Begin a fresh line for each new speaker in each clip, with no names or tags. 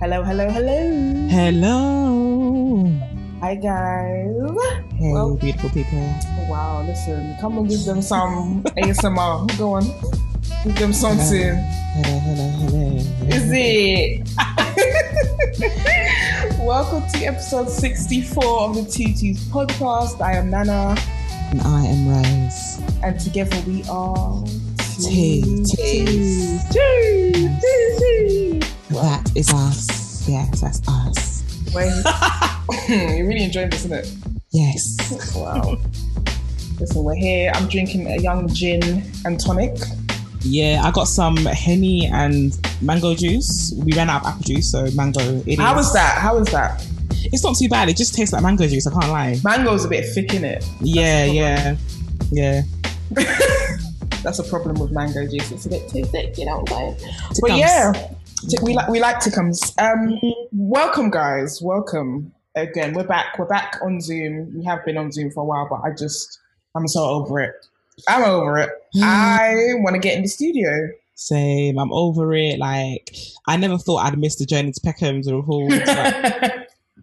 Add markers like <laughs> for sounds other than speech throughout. Hello, hello, hello.
Hello.
Hi, guys.
Hey,
Well-
beautiful people.
Wow, listen, come and give them some ASMR. Go on. Give them something.
Hello, hello, hello.
Is it? <laughs> Welcome to episode 64 of the TT's podcast. I am Nana,
And I am Rose.
and together we are
TTs.
TTs. TTs.
That is us. Yes, that's us.
Wait. <laughs> You're really enjoying this, isn't it?
Yes.
Wow. Listen, we're here. I'm drinking a young gin and tonic.
Yeah, I got some henny and mango juice. We ran out of apple juice, so mango. It is.
How was that? How was that?
It's not too bad. It just tastes like mango juice. I can't lie.
Mango's a bit thick in it.
Yeah, yeah, yeah.
That's a problem with mango juice. It's a bit too thick, you know what I'm saying? But
Tickums.
yeah, Tick- we like we like tickums. Um, welcome, guys. Welcome again. We're back. We're back on Zoom. We have been on Zoom for a while, but I just I'm so over it. I'm over it.
Mm.
I want to get in the studio.
Same. I'm over it. Like I never thought I'd miss the journey to Peckham to Hall.
<laughs>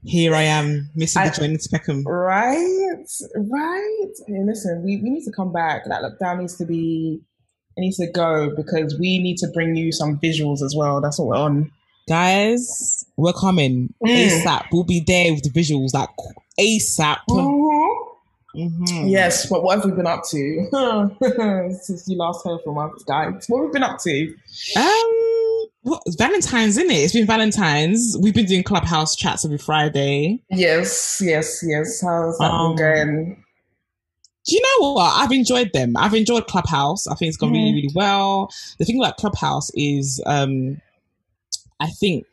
But here I am missing
I-
the journey to Peckham.
Right, right. Hey, listen, we, we need to come back. That lockdown needs to be, it needs to go because we need to bring you some visuals as well. That's what we're on.
guys, we're coming
Mm.
ASAP. We'll be there with the visuals like ASAP.
Oh. Mm-hmm.
Mhm.
Yes, but what have we been up to <laughs> since you last heard from us, guys? What have we been up to?
Um, what, Valentine's in it. It's been Valentine's. We've been doing clubhouse chats every Friday.
Yes, yes, yes. How's that
Um,
been going?
Do you know what? I've enjoyed them. I've enjoyed Clubhouse. I think it's gone really,
Mhm.
really well. The thing about Clubhouse is, um, I think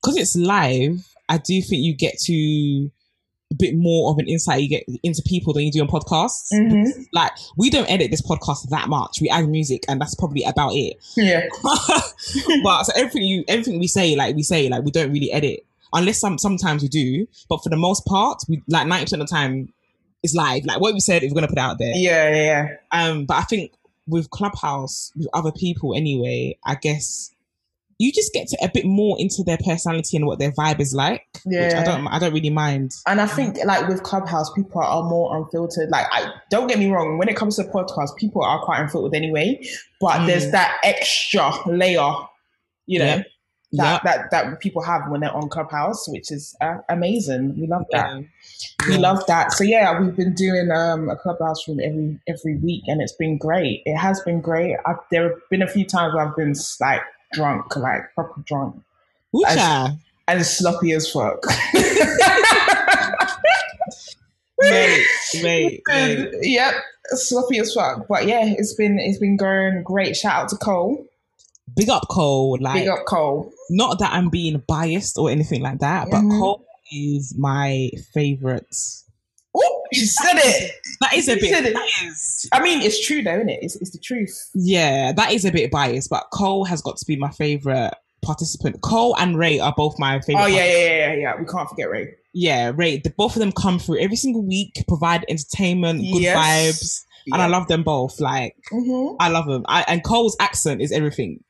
because it's live, I do think you get to a bit more of an insight you get into people than you do on podcasts.
Mhm.
Like we don't edit this podcast that much. We add music, and that's probably about it.
Yeah,
but <laughs> so everything you everything we say, like we say, like we don't really edit unless some sometimes we do. But for the most part, we like ninety percent of the time it's live. Like what we said, we're gonna put out there.
yeah, yeah.
Um, but I think with Clubhouse, with other people anyway, I guess you just get to a bit more into their personality and what their vibe is like. Which I
Yeah.
don't I don't really mind.
And I think, like with Clubhouse, people are more unfiltered. Like, I don't get me wrong. When it comes to podcasts, people are quite unfiltered anyway. But
Mm.
there's that extra layer, you know,
Yeah.
that, that that people have when they're on Clubhouse, which is uh, amazing. We love that.
Yeah.
We
Yeah.
love that. So yeah, we've been doing um, a Clubhouse room every every week, and it's been great. It has been great. I've, there have been a few times where I've been like drunk, like proper drunk,
Ooh,
I-
child.
<laughs> and sloppy as fuck.
<laughs>
<laughs>
Mate, mate, mate.
Yep, sloppy as fuck. But yeah, it's been it's been going great. Shout out to Cole.
<laughs> Big up Cole. Like
Big up Cole.
not that I'm being biased or anything like that, but
Mhm.
Cole is my favorite.
Oh, you said it.
That is a
You said
bit.
it.
That is,
I mean, it's true though, isn't it? It's, it's the truth.
yeah, that is a bit biased, but Cole has got to be my favorite participant. Cole and Ray are both my favorite.
Oh yeah, yeah, yeah, yeah, yeah. We can't forget Ray.
yeah, Ray. The both of them come through every single week, provide entertainment, good
Yes.
vibes, and I love them both. Like
Mhm.
I love them. I, and Cole's accent is everything.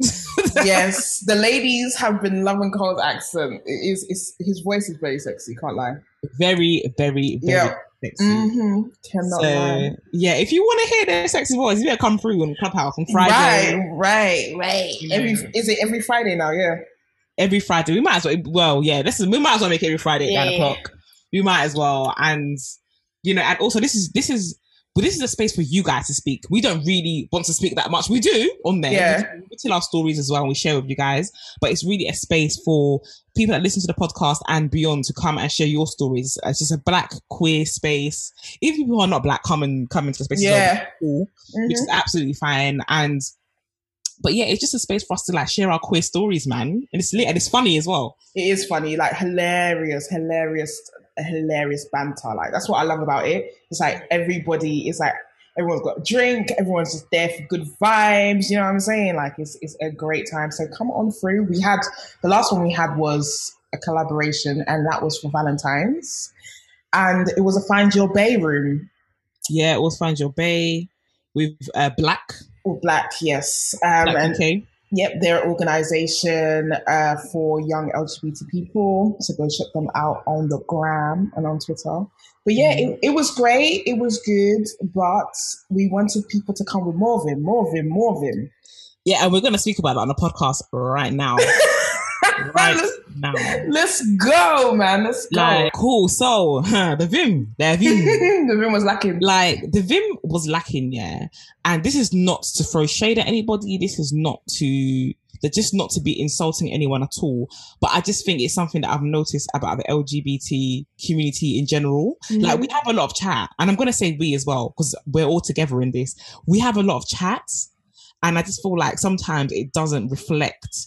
yes, the ladies have been loving Cole's accent. It is, it's, his voice is very sexy. Can't lie.
very, very, very
Yeah.
sexy.
Mm-hmm. Cannot lie.
So yeah, if you want to hear their sexy voice, you better come through on Clubhouse on Friday.
Right, right, right. Every
Mm.
is it every Friday now? Yeah.
every Friday. We might as well. Well, yeah, this is we might as well make it every Friday at
Yeah,
nine
yeah.
o'clock. We might as well, and you know, and also this is this is. But this is a space for you guys to speak. We don't really want to speak that much. We do on there.
Yeah.
We, we tell our stories as well and we share with you guys. But it's really a space for people that listen to the podcast and beyond to come and share your stories. It's just a black queer space. If people who are not black, come and come into the space. as well.
Yeah.
Cool
Mhm.
which is absolutely fine. And but yeah, it's just a space for us to like share our queer stories, man. And it's lit and it's funny as well.
it is funny, like hilarious, hilarious, hilarious banter. Like that's what I love about it. It's like everybody is like everyone's got a drink, everyone's just there for good vibes. You know what I'm saying? Like it's it's a great time. So come on through. We had the last one we had was a collaboration, and that was for Valentine's, and it was a Find Your Bay room.
Yeah, always find your bay with uh, black,
All black, yes. Um,
black
and
UK.
Yep, they're an organization uh, for young LGBT people. So go check them out on the gram and on Twitter. But yeah,
Mm-hmm.
it, it was great. It was good. But we wanted people to come with more of him, more of him, more of <laughs> him.
Yeah, and we're going to speak about that on the podcast right now. right now.
Let's go, man. Let's go. <laughs>
Like, cool. So, <laughs> huh, the Vim, the Vim.
the room was lacking.
like the vim was lacking yeah and this is not to throw shade at anybody this is not to they're just not to be insulting anyone at all but i just think it's something that i've noticed about the lgbt community in general like we have a lot of chat and i'm going to say we as well because we're all together in this we have a lot of chats and i just feel like sometimes it doesn't reflect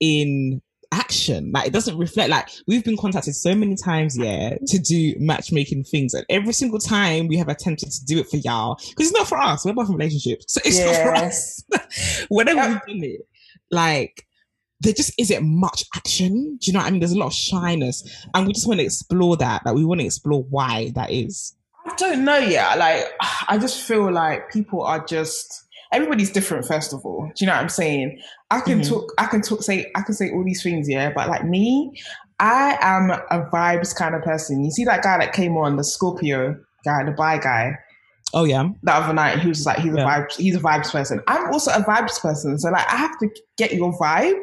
in action like it doesn't reflect like we've been contacted so many times yeah to do matchmaking things and every single time we have attempted to do it for y'all because it's not for us we're both in relationships so it's not for
Yes.
us whenever
Yeah.
we've done it like there just isn't much action. Do you know what I mean? There's a lot of shyness, and we just want to explore that. Like we want to explore why that is.
I don't know yet. Like, <sighs> I just feel like people are just everybody's different. First of all, do you know what I'm saying? I can
Mhm.
talk. I can talk. Say I can say all these things, yeah. But like me, I am a vibes kind of person. You see that guy that came on the Scorpio guy, the bi guy
Oh yeah,
the other night. He was just like, he's a
Yeah.
vibes. He's a vibes person. I'm also a vibes person. So like, I have to get your vibe.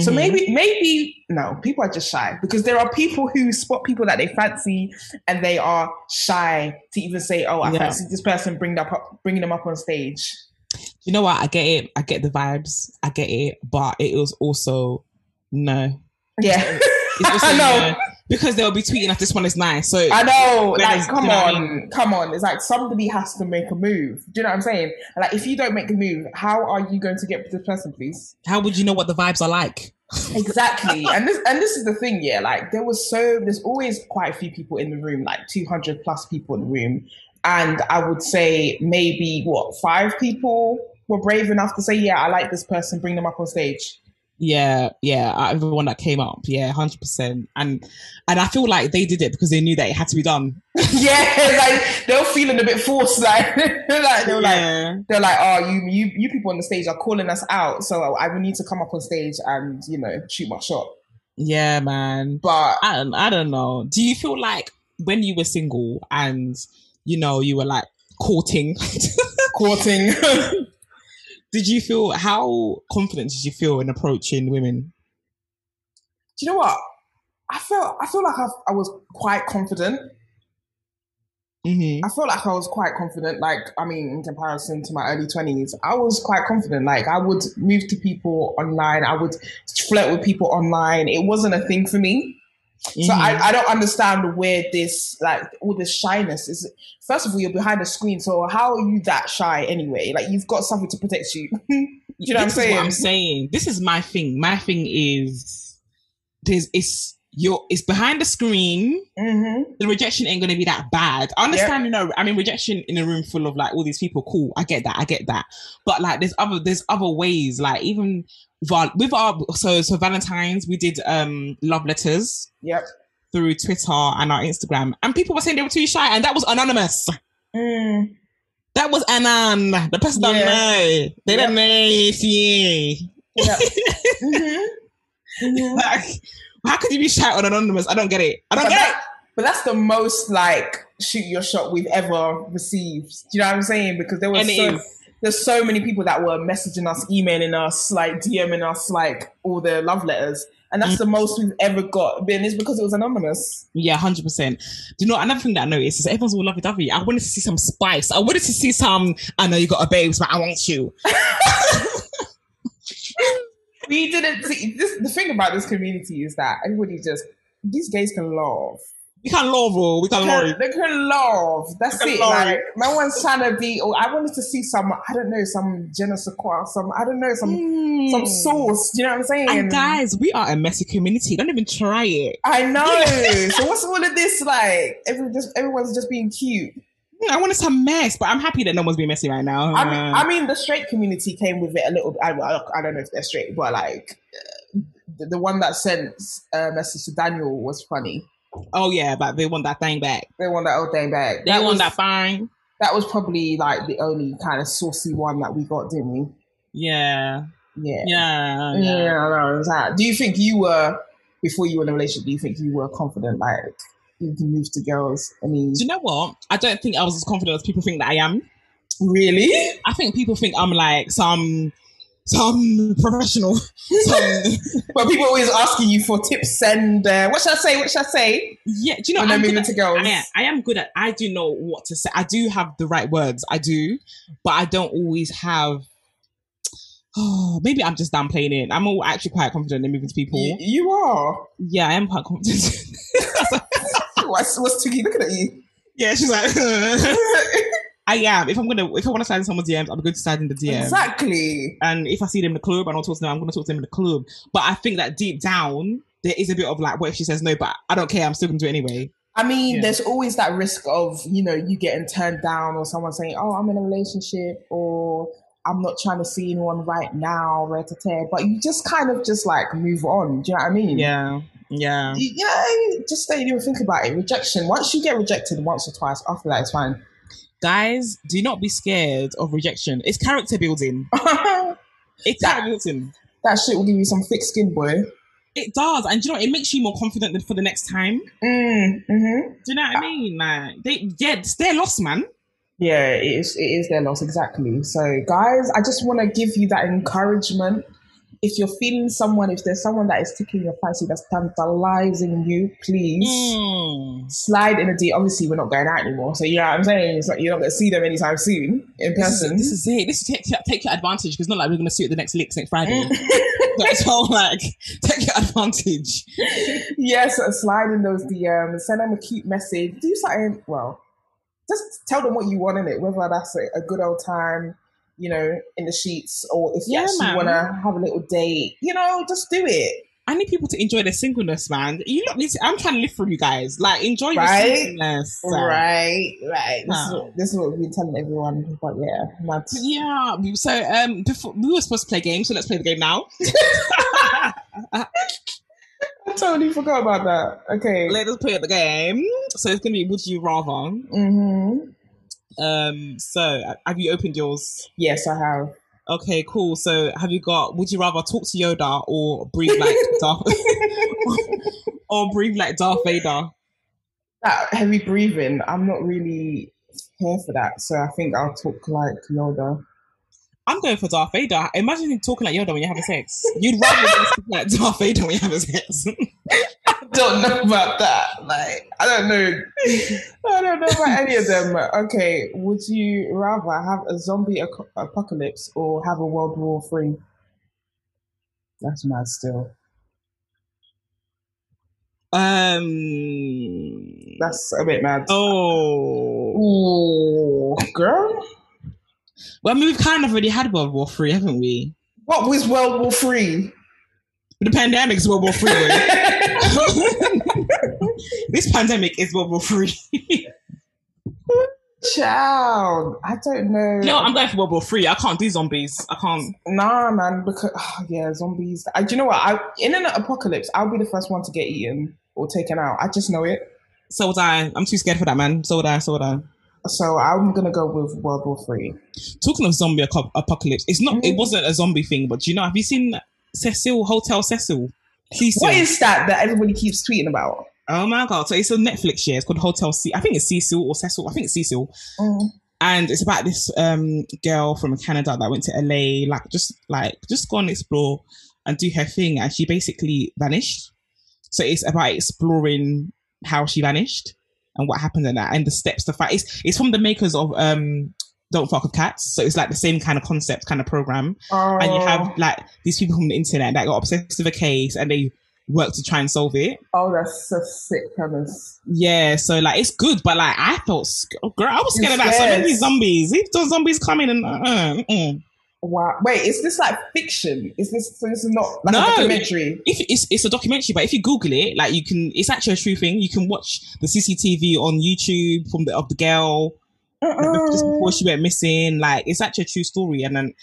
So
Mhm.
maybe, maybe no, people are just shy because there are people who spot people that they fancy and they are shy to even say, "Oh, I
Yeah.
fancy this person." Bring them up, bringing them up on stage.
you know what? I get it. I get the vibes. I get it. But it was also
<laughs>
no.
Yeah,
It's also
I know.
no, because they'll be tweeting us. This one is nice. So
I know.
When
Like,
it's-
come
you know what I
on, come on. It's like somebody has to make a move. Do you know what I'm saying? Like, if you don't make a move, how are you going to get this person, please?
how would you know what the vibes are like?
Exactly, and this and this is the thing, yeah. Like there was so there's always quite a few people in the room, like 200 plus people in the room, and I would say maybe what five people were brave enough to say, yeah, I like this person, bring them up on stage. <laughs>
Yeah, yeah. out of Everyone that came up, yeah, hundred percent. And and I feel like they did it because they knew that it had to be done.
yeah, like they were feeling a bit forced, <laughs> like, like they were like
Yeah.
they're like, oh, you you you people on the stage are calling us out, so I would need to come up on stage and you know shoot my shot.
yeah, man.
But <coughs>
I don't, I don't know. Do you feel like when you were single and you know you were like courting, <laughs>
courting.
did you feel how confident did you feel in approaching women?
do you know what? I felt I feel like I, I was quite confident.
Mm-hmm.
I felt like I was quite confident. Like I mean, in comparison to my early twenties, I was quite confident. Like I would move to people online. I would flirt with people online. It wasn't a thing for me. So I, I don't understand where this like all this shyness is. First of all, you're behind a screen, so how are you that shy anyway? Like you've got something to protect you. <laughs> you know what I'm
Mm-hmm. This is
saying?
I'm saying this is my thing. My thing is there's it's your it's behind the screen.
mm-hmm.
The rejection ain't gonna be that bad. I understand, you know. I mean, rejection in a room full of like all these people, cool. I get that. I get that. But like, there's other there's other ways. Like even val- with our so so Valentine's, we did um love letters
Yep.
through Twitter and our Instagram, and people were saying they were too shy, and that was anonymous.
Mm.
That was anon. The person don't
Yeah.
know. They
Yep.
don't know. It's you.
<laughs> Yep. Mhm. Mhm.
Like, how could you be shy on anonymous? I don't get it. I don't
But,
get
that- but that's the most like shoot your shot we've ever received. Do you know what I'm saying? Because there
it.
was
And it
so,
is.
there's so many people that were messaging us, emailing us, like DMing us, like all their love letters, and
Mm.
that's the most we've ever got. And it's because it was anonymous.
Yeah, hundred percent. Do you know another thing that I noticed is that everyone's all lovey dovey. I wanted to see some spice. I wanted to see some. I know you got a babes, but I want you.
We didn't see this. The thing about this community is that everybody just these gays can love.
We can laurel. We can
Can,
laurel.
they can love. That's
They
it.
can love.
Like no one's trying to be. Or I wanted to see some. I don't know. Some je ne sais quoi. Some I don't know. Some
Mm.
some sauce. Do you know what I'm saying?
And guys, we are a messy community. Don't even try it.
I <laughs> know. so what's all of this like? Every, just, everyone's just being cute.
Mm, I wanted some mess, but I'm happy that no one's being messy right now.
I, mean,
Uh,
I mean, the straight community came with it a little. I, I, I don't know if they're straight, but like uh, the, the one that sent a message to Daniel was funny.
oh yeah, but they want that thing back.
They want that old thing back.
They
that
want
was
that fine.
that was probably like the only kind of saucy one that we got, didn't we?
Yeah.
Yeah.
Yeah,
Yeah, I know. It's like, do you think you were before you were in a relationship? Do you think you were confident, like you can move to girls? I mean,
Do you know what? I don't think I was as confident as people think that I am.
really?
I think people think I'm like some some <laughs> professional. Some,
But people always asking you for tips and uh, what should I say? What should I say?
yeah, do you know?
when
I'm
they're
good
moving
at-
to girls.
I, I am good at. I do know what to say. I do have the right words. I do, but I don't always have. <sighs> Oh, maybe I'm just downplaying it. I'm all actually quite confident in moving to people.
You, you are. Oh,
Yeah, I am quite confident.
What's, what's Twiggy looking at you?
<laughs>
<laughs>
yeah, she's like, <laughs> I am. If I'm gonna, if I want to slide in someone's DMs, I'm going to slide in the DMs.
Exactly.
And if I see them in the club, I don't talk to them. I'm going to talk to them in the club. But I think that deep down, there is a bit of like, what if she says no? But I don't care. I'm still going to do it anyway.
I mean,
Yeah.
there's always that risk of, you know, you getting turned down or someone saying, oh, I'm in a relationship or I'm not trying to see anyone right now, rah-tah-tah. but you just kind of just like move on. Do you know what I mean?
Yeah, yeah,
You, you know, what I mean? just don't even think about it. Rejection, once you get rejected once or twice, after that, it's fine. <laughs>
guys, do not be scared of rejection. It's character building.
that
It's
That-
character building.
shit will give you some thick skin, boy.
It does, and do you know, what? it makes you more confident than for the next time.
Mm, hmm
Do you know what I mean? Like, they, yeah, it's their loss, man.
Yeah, it is, it is their loss, exactly. So, guys, I just want to give you that encouragement. If you're feeling someone, if there's someone that is tickling your fancy, that's tantalizing you, please
Mm.
slide in a D. Obviously, we're not going out anymore. So, you know what I'm saying? It's like you're not going to see them anytime soon in
This,
person.
is, this is it. This is take, take your advantage because not like we're gonna see it the next licks next Friday. <laughs>
<laughs>
That's all. Like, take your advantage.
yes, uh, slide in those DMs, send them a cute message, do something. Well, just tell them what you want in it, whether that's a, a good old time, you know, in the sheets, or if you
Yeah,
actually
man.
want to have a little date, you know, just do it.
I need people to enjoy their singleness, man. You not listen, I'm trying to live for you guys. Like enjoy your
Right?
singleness.
Right, right. This, is
Huh.
what, this is what we've been telling everyone, but yeah,
<laughs>
that's.
Yeah. So um before we were supposed to play games, so let's play the game now.
I totally forgot about that. Okay.
Let us play the game. So it's gonna be Would You Rather.
Mm-hmm.
Um so uh, have you opened yours?
Yes, I have.
Okay, cool. So have you got would you rather talk to Yoda or breathe
<laughs>
like Darth <laughs> or breathe like Darth Vader?
That heavy breathing, I'm not really here for that, so I think I'll talk like Yoda.
I'm going for Darth Vader. Imagine him talking like Yoda when you're having sex. You'd rather just talk like Darth Vader when you're having sex.
don't know about that. Like, I don't know. I don't know about any of them. Okay, would you rather have a zombie ac- apocalypse or have a World War Three? That's mad still.
Um.
That's a bit mad.
oh.
Ooh, girl.
Well, I mean, we've kind of already had World War Three, haven't we?
What was World War Three?
The pandemic's World War Three. right? <laughs>
oh
this pandemic is World War Three.
Child, I don't know.
no, I'm going for World War Three. I can't do zombies. I can't.
nah, man. Because oh, <sighs> yeah, zombies. I, do you know what? I in an apocalypse, I'll be the first one to get eaten or taken out. I just know it.
So would I. I'm too scared for that, man. So would I. So would I.
So I'm gonna go with World War Three.
Talking of zombie aco- apocalypse, it's not. It
Mm.
wasn't a zombie thing, but do you know? Have you seen Cecil Hotel Cecil? Cecil.
What is that that everybody keeps tweeting about?
oh my god! So it's on Netflix. Yeah, it's called Hotel C. I think it's Cecil or Cecil. I think it's Cecil.
Mm,
and it's about this um girl from Canada that went to LA, like just like just go and explore and do her thing, and she basically vanished. So it's about exploring how she vanished and what happened and that, and the steps to fight. It's it's from the makers of um Don't Fuck with Cats, so it's like the same kind of concept, kind of program,
Oh.
and you have like these people from the internet that got obsessed with a case and they work to try and solve it.
oh, that's a sick premise.
Yeah, so like it's good, but like I felt sc- oh, girl, I was scared about so
Yes.
many zombies. If those zombies come in and uh, mm.
Wow. Wait, is this like fiction? Is this so? This is not like
No.
a documentary.
if it's it's a documentary, but if you Google it, like you can, it's actually a true thing. You can watch the CCTV on YouTube from the of the girl like, bef-
Oh.
just before she went missing. Like it's actually a true story, and then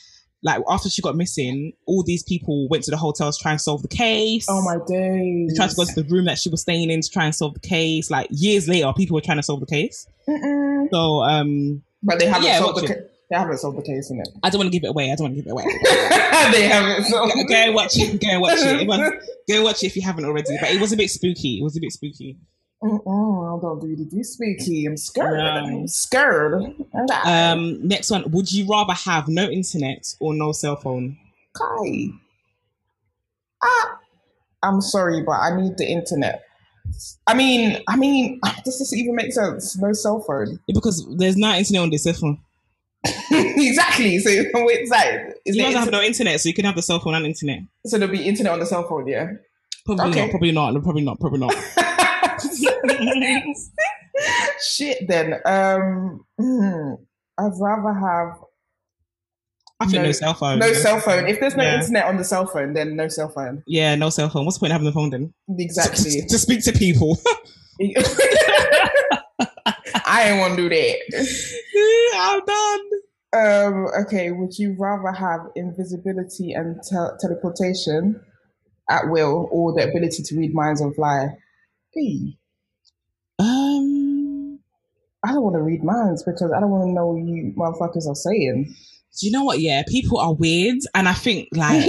like after she got missing, all these people went to the hotels to try and solve the case.
Oh my
They
days.
tried to go to the room that she was staying in to try and solve the case. Like years later, people were trying to solve the case.
Mm-mm.
So um,
But they haven't
Yeah,
solved the
watch
ca- They haven't solved the case in
<laughs>
it.
I don't want to give it away. I don't want to give it away.
they haven't
<laughs>
solved.
go, go and watch it. Go and watch
<laughs>
it. Everyone, go and watch it if you haven't already. But it was a bit spooky. It was a bit spooky.
Mm-mm, I don't really do spooky. I'm scared.
No.
I'm scared. Um,
Um, next one. Would you rather have no internet or no cell phone?
Kai. Ah, I'm sorry, but I need the internet. I mean, I mean, <laughs> does this even make sense? No cell phone. <laughs>
Yeah, because there's no internet on the cell phone.
exactly. So <laughs> wait, like, is
you
there
guys have
inter-
no internet, so you can have the cell phone and internet.
so there'll be internet on the cell phone,
<laughs>
yeah.
Probably
Okay.
not. Probably not. Probably not. Probably not.
Shit. Then, um, hmm, I'd rather have
I think no,
No-
cell phone.
no cell phone. If there's no
Yeah.
internet on the cell phone, then no cell
<laughs>
phone.
Yeah, no cell phone. What's the point of having the phone then? <laughs>
Exactly. <laughs>
to speak to people. <laughs>
I ain't want to do that.
I'm done.
Um, okay, would you rather have invisibility and tel teleportation at will or the ability to read minds and fly? Hey,
Um,
I don't want to read minds because I don't want to know what you motherfuckers are saying.
do you know what? Yeah, people are weird, and I think like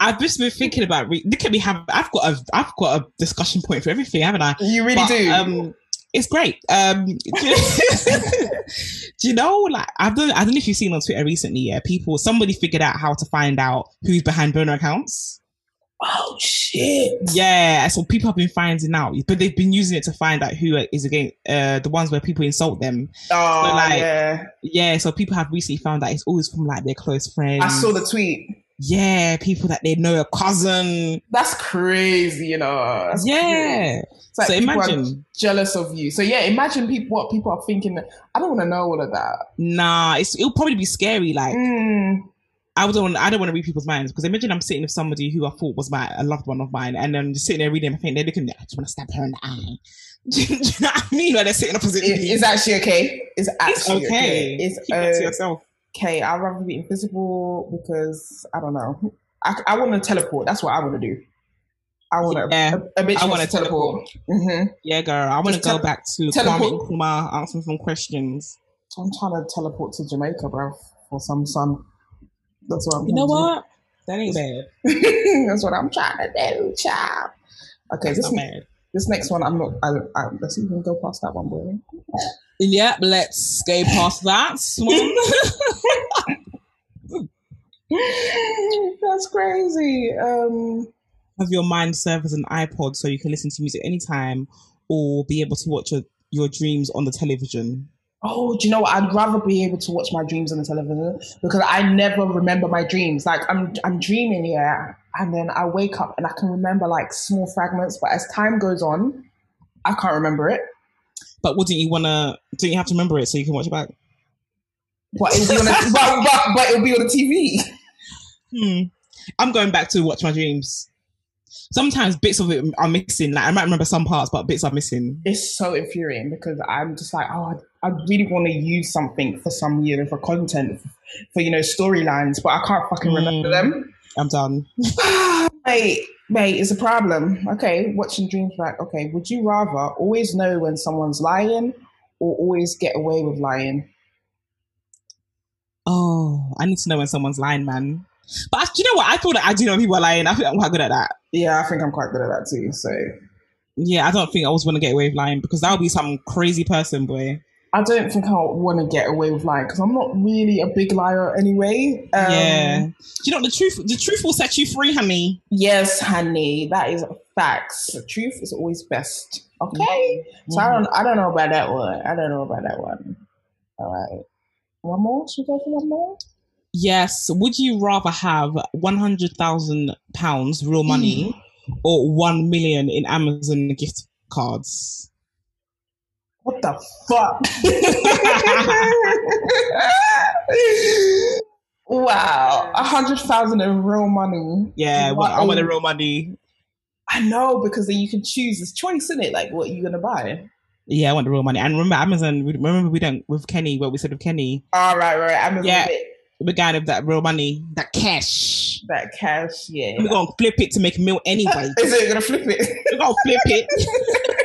I've just been thinking about. Re- look at me have. I've got a. I've got a discussion point for everything, haven't I?
<laughs> you really
But,
do.
Um, it's great. Um, <laughs> do, <laughs> do you know? Like I've done. I don't know if you've seen on Twitter recently. Yeah, people. Somebody figured out how to find out who's behind burner accounts.
oh shit.
Yeah, so people have been finding out, but they've been using it to find out who is against uh, the ones where people insult them.
Oh,
So, like,
yeah.
Yeah, so people have recently found out it's always from like their close friends.
I saw the tweet.
yeah, people that they know, a cousin.
That's crazy, you know. That's crazy.
yeah,
It's like
so
people are
imagine.
jealous of you. So yeah, imagine people what people are thinking. I don't want to know all of that.
Nah, it's it'll probably be scary. Like
Mm.
I don't, I don't want to read people's minds because imagine I'm sitting with somebody who I thought was my a loved one of mine, and I'm just sitting there reading. I think they're looking. I just want to stab her in the eye. <laughs> do, you, do you know what I mean? Like they're sitting opposite
It-
me.
it's actually okay. It's
It's
actually
okay.
okay. It's
Keep that to
okay.
yourself.
I'd rather be invisible because I don't know. I, I want to teleport. That's what I want to do. I want to.
Yeah.
A, a bitch
I
want
wanna
to teleport. Mhm.
Yeah, girl. I want to
Just
go
tele-
back to
teleport.
Kwame Nkrumah answering some questions.
I'm trying to teleport to Jamaica, bro, for some sun. That's what I'm.
You know
trying
what? That ain't bad.
to do. <laughs> That's what I'm trying to do, child. Okay,
It's
this
not bad.
this next one, I'm not. I, I, let's even go past that one, boy. <laughs>
Yeah, let's go past that one. <laughs>
That's crazy. Um,
Have your mind serve as an iPod so you can listen to music anytime or be able to watch your, your dreams on the television.
Oh, do you know what? I'd rather be able to watch my dreams on the television because I never remember my dreams. Like I'm, I'm dreaming, yeah, and then I wake up and I can remember like small fragments, but as time goes on, I can't remember it.
But wouldn't you want to, don't you have to remember it so you can watch it back?
But it'll be on, the, but, but, but it'll be on the TV.
Hmm. I'm going back to watch my dreams. Sometimes bits of it are missing. Like I might remember some parts, but bits are missing.
It's so infuriating because I'm just like, oh, I, I really want to use something for some you know for content, for you know storylines, but I can't fucking remember
Mm.
them.
I'm done.
<sighs> mate, mate, it's a problem. Okay, watching dreams back. Okay, would you rather always know when someone's lying or always get away with lying?
Oh, I need to know when someone's lying, man. But I, do you know what? I feel that I do know when people are lying. I think I'm quite good at that.
Yeah, I think I'm quite good at that too. So
Yeah, I don't think I always want to get away with lying because that would be some crazy person, boy.
I don't think I'll want to get away with lying because I'm not really a big liar anyway. Um,
yeah. Do you know the truth? The truth will set you free, honey.
Yes, honey, that is facts. The truth is always best. Okay. So I
Mhm.
don't. I don't know about that one. I don't know about that one. All right. One more? Should we go for one more?
Yes. Would you rather have one hundred thousand pounds real money
Mm.
or one million in Amazon gift cards? <laughs>
What the fuck? wow, a hundred thousand in real money.
Yeah, well, I
Wow.
want the real money.
I know because then you can choose. It's choice, isn't it? Like what you gonna buy?
Yeah, I want the real money. And remember, Amazon. we- Remember, we don't with Kenny. What we said with Kenny,
All right, right. I'm gonna
Yeah.
get
we got with that real money, that cash.
that cash. Yeah.
We're gonna flip it to make a meal anyway.
<laughs> Is it <laughs> gonna flip it?
We're gonna flip it.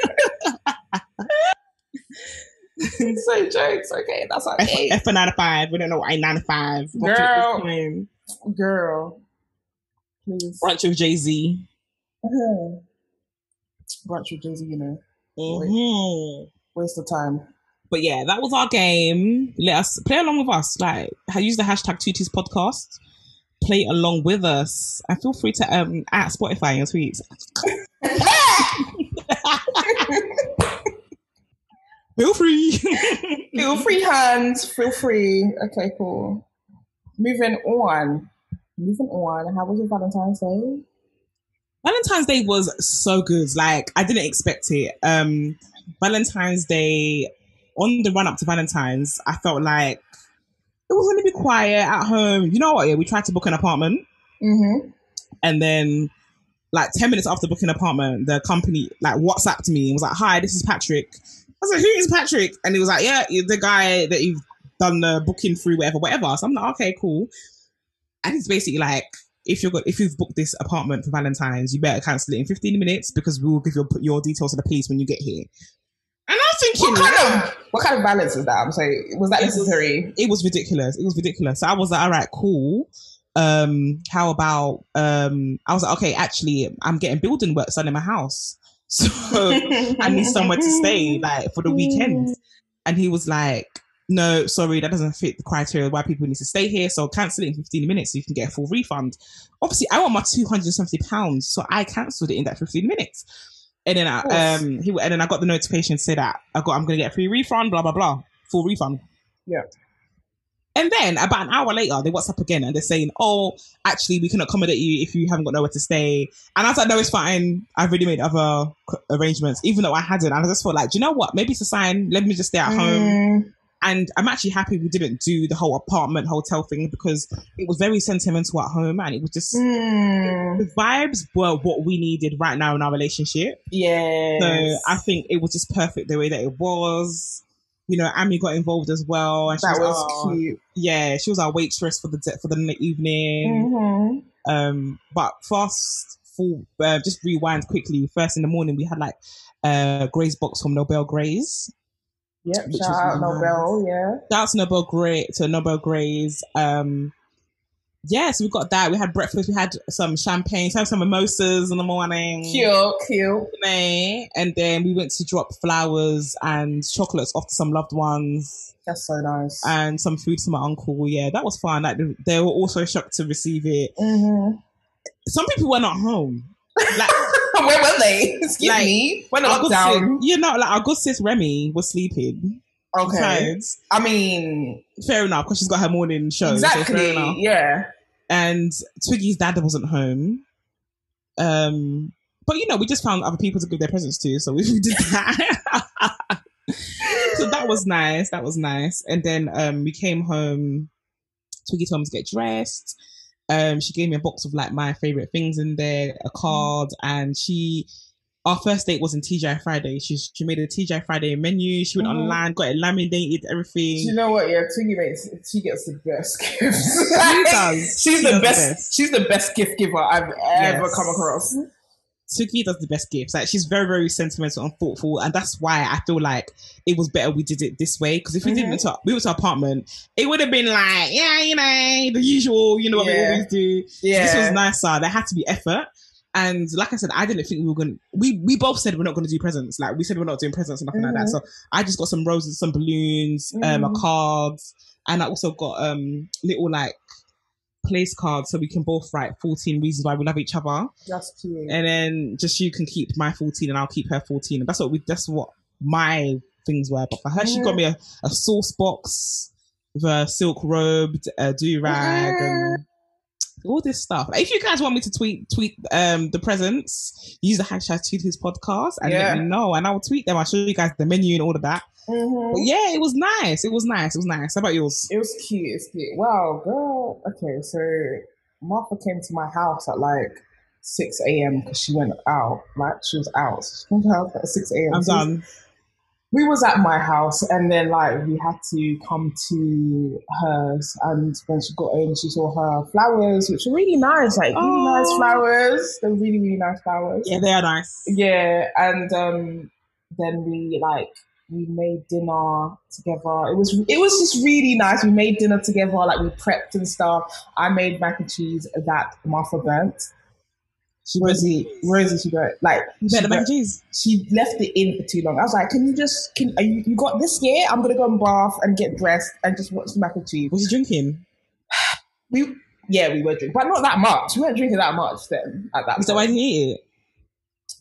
so jokes, okay, that's
F,
okay.
F for nine to five. We don't know what I nine to five. Brunch
Girl.
with Bitcoin,
Girl, <laughs> please.
brunch with Jay Z.
Mhm. Brunch with Jay-Z, you know,
Mm-hmm.
waste of time.
But yeah, that was our game. Let us play along with us. Like, ha- use the hashtag Tooties Podcast. Play along with us, and feel free to um at Spotify your tweets. <laughs> feel free.
Feel free, hands. Feel free. Okay, cool. Moving on. Moving on. How was your Valentine's Day?
<laughs> Valentine's Day was so good. Like I didn't expect it. Um Valentine's Day on the run up to Valentine's, I felt like it was gonna be quiet at home. You know what? Yeah, we tried to book an apartment
Mm-hmm.
and then like ten minutes after booking an apartment, the company like WhatsApped me and was like, Hi, this is Patrick. I was like, Who is Patrick? And he was like, Yeah, you're the guy that you've done the booking through, whatever, whatever. So I'm like, okay, cool. And it's basically like if you're go- if you've booked this apartment for Valentine's, you better cancel it in 15 minutes because we will give your your details to the police when you get here. And I'm thinking,
What kind of what kind of balance is that? I'm sorry. Was that
It was-
necessary?
it was ridiculous. It was ridiculous. So I was like, all right, cool. Um, how about um I was like, okay, actually I'm getting building work done in my house. <laughs> So I
<laughs>
need somewhere to stay, like for the weekend. And he was like, No, sorry, that doesn't fit the criteria why people need to stay here. So cancel it in 15 minutes so you can get a full refund. Obviously, I want my 270 pounds, so I cancelled it in that 15 minutes. And then I
Of course.
um he and then I got the notification to say that I got I'm gonna get a free refund, blah blah blah. Full refund.
Yeah.
And then about an hour later, they WhatsApp again and they're saying, "Oh, actually, we can accommodate you if you haven't got nowhere to stay." And I was like, "No, it's fine. I've already made other c- arrangements, even though I hadn't." And I just felt like, "Do you know what? Maybe it's a sign. Let me just stay at home."
Mm,
And I'm actually happy we didn't do the whole apartment hotel thing because it was very sentimental at home, and it was just
mm.
the vibes were what we needed right now in our relationship.
Yes.
So I think it was just perfect the way that it was. You know, Amy got involved as well, and she
that was
"Oh,
cute.
yeah, she was our waitress for the for the evening.
hmm
Um, but fast full, uh, just rewind quickly. First in the morning, we had like uh Gray's box from Nobel Grays.
Yep.
Which
Shout
was
out
nice.
Nobel. Yeah.
That's Nobel Gray to Nobel Grays. Um, yeah, so we got that. We had breakfast. We had some champagne. So had some mimosas in the morning.
Cute. Cute.
Meh. And then we went to drop flowers and chocolates off to some loved ones.
That's so nice.
and some food to my uncle. Yeah, that was fun. Like they were also shocked to receive it.
Mhm.
Some people were not home. Like
<laughs> Where were they? Excuse
Like,
me. When the
our good
lockdown.
sis, you know, like our good sis Remy was sleeping.
Okay.
Tired.
I mean,
Fair enough, because she's got her morning show. so fair
exactly.
enough.
yeah.
And Twiggy's dad wasn't home. Um, but you know, we just found other people to give their presents to, so we <laughs> did that. <laughs> so that was nice. That was nice. And then um, we came home. Twiggy told me to get dressed. Um, she gave me a box of like my favorite things in there, a card, and she. Our first date was in TGI Friday. She she made a TGI Friday menu. She went
Mhm.
online, got it laminated,
Do you
everything.
know what? Yeah, Twiggy makes. She gets the best gifts. <laughs>
She does.
She's
She
the
does the
best,
best.
She's the best gift giver I've ever
Yes.
come across.
Suki does the best gifts. Like she's very, very sentimental and thoughtful, and that's why I feel like it was better we did it this way. Because if we
Mhm.
didn't, to, we went to apartment, it would have been like, yeah, you know, the usual, you know what
Yeah.
we always do.
Yeah.
This was nicer. There had to be effort. And like I said, I didn't think we were gonna. We we both said we're not gonna do presents. Like we said we're not doing presents or nothing like
Mm-hmm.
that. So I just got some roses, some balloons, um, a
Mhm.
card, and I also got um little like place cards so we can both write 14 reasons why we love each other
That's cute.
and then just you can keep my 14 and I'll keep her 14. And that's what we that's what my things were. But for her, she got me a, a sauce box, the silk robed, a do rag, and all this stuff. If you guys want me to tweet tweet um the presents, use the hashtag tweet his podcast and let
Yeah.
me know. And I will tweet them. I'll show you guys the menu and all of that.
Mhm.
But yeah, it was nice. It was nice. It was nice. How about yours?
It was cute. It's cute. Wow, girl. Okay, so Martha came to my house at like 6 a.m. because she went out. Like she was out. So she came to my house at 6 a.m.
I'm
So we-
done.
We was at my house and then like we had to come to hers and when she got home she saw her flowers, which were really nice, like really nice
Oh.
flowers. They're really, really nice flowers.
Yeah, they are nice.
Yeah, and um, then we like we made dinner together. It was it was just really nice. We made dinner together, like we prepped and stuff. I made mac and cheese that Martha burnt. She Rosie, Rosie, she burnt like
You
she,
better mac and
burnt-
cheese.
she left it in for too long. I was like, "Can you just can are you, you got this year? I'm gonna go and bath and get dressed and just watch the mac and cheese."
Was you drinking?
We yeah, we were drinking, but not that much. We weren't drinking that much then at that.
Is that why you
point.
didn't eat it?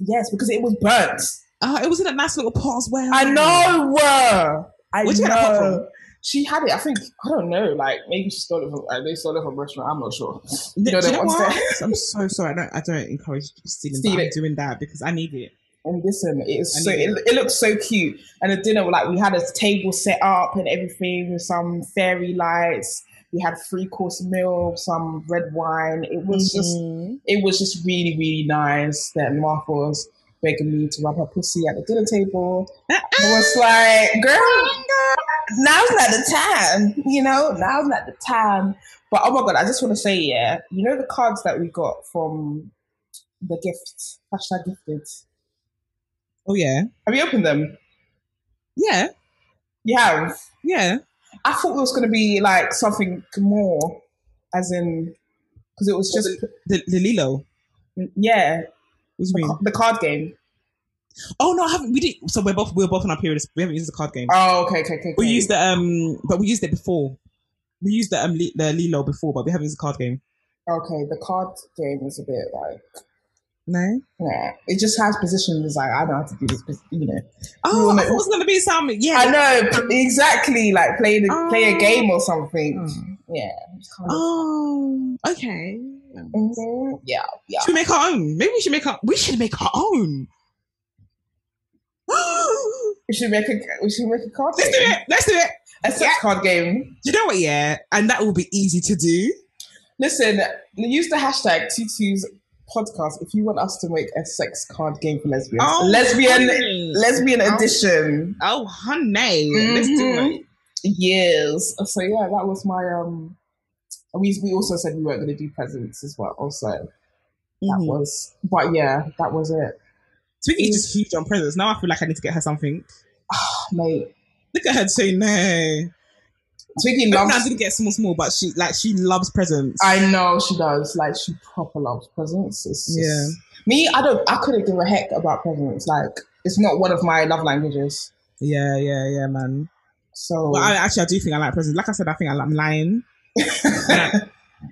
Yes, because it was burnt.
Ah, it was in a nice little pot as well.
I know. uh, I
Mm. Where'd you get that pot
know. She had it. I think I don't know. Like maybe she stole it from. Like, they stole it from a restaurant. I'm not sure.
Nick,
No,
do you
no,
know
I'm
what? <laughs> I'm so sorry. I don't. I don't encourage stealing.
Steal
but
it.
I'm doing that because I need it.
And listen, it's
I
so
need
it, it looks so cute. And the dinner, like we had a table set up and everything with some fairy lights. We had three course meal, some red wine. It was just
Mm-hmm.
it was just really really nice that Martha was begging me to rub her pussy at the dinner table. I was
Uh-uh.
like, girl, now's not the time. You know, now's not the time. But oh my god, I just want to say, yeah, you know the cards that we got from the gift hashtag gifted.
Oh yeah,
Have you opened them?
yeah,
You have.
yeah.
I thought it was going to be like something more, as in, because it was just Mm,
The, the Lilo.
yeah,
What do you mean?
the card game.
Oh no, I haven't. We did. So we're both we we're both on our periods. We haven't used the card game.
Oh, okay, okay, okay.
we
okay.
used the um, but we used it before. We used the um Li- the Lilo before, but we haven't used the card game.
Okay, the card game is a bit like
No.
yeah. It just has positions. Like I know how to do this, but, you know.
Oh,
wanna-
I thought it was gonna be some. Yeah.
I know exactly. Like play the play a
Oh.
game or something.
Mm.
Yeah.
Oh, okay.
Mhm. Yeah. Yeah.
Should we make our own? Maybe we should make our. We should make our own. <gasps> Let's
We should make a we should make a card
do
game.
it. Let's do it.
A sex card game.
You know what? Yeah, and that will be easy to do.
Listen, use the hashtag Tutu's podcast if you want us to make a sex card game for lesbians. lesbian
Oh, honey.
lesbian
Oh.
edition.
Oh, honey. Let's do it.
Mm-hmm. Yes. So yeah, that was my um and we we also said we weren't gonna do presents as well, also. That
Mhm.
was but yeah, that was it.
Twiggy is just huge on presents. Now I feel like I need to get her something.
Mate.
Look at her saying no.
Twiggy
Now I
loves
didn't get small, small, but she like she loves presents.
I know she does. Like she proper loves presents. It's just,
Yeah.
Me, I don't I couldn't give a heck about presents. Like it's not one of my love languages.
yeah, yeah, yeah, man.
So
But I, actually, I do think I like presents. Like I said, I think I, I'm lying.
<laughs>
like,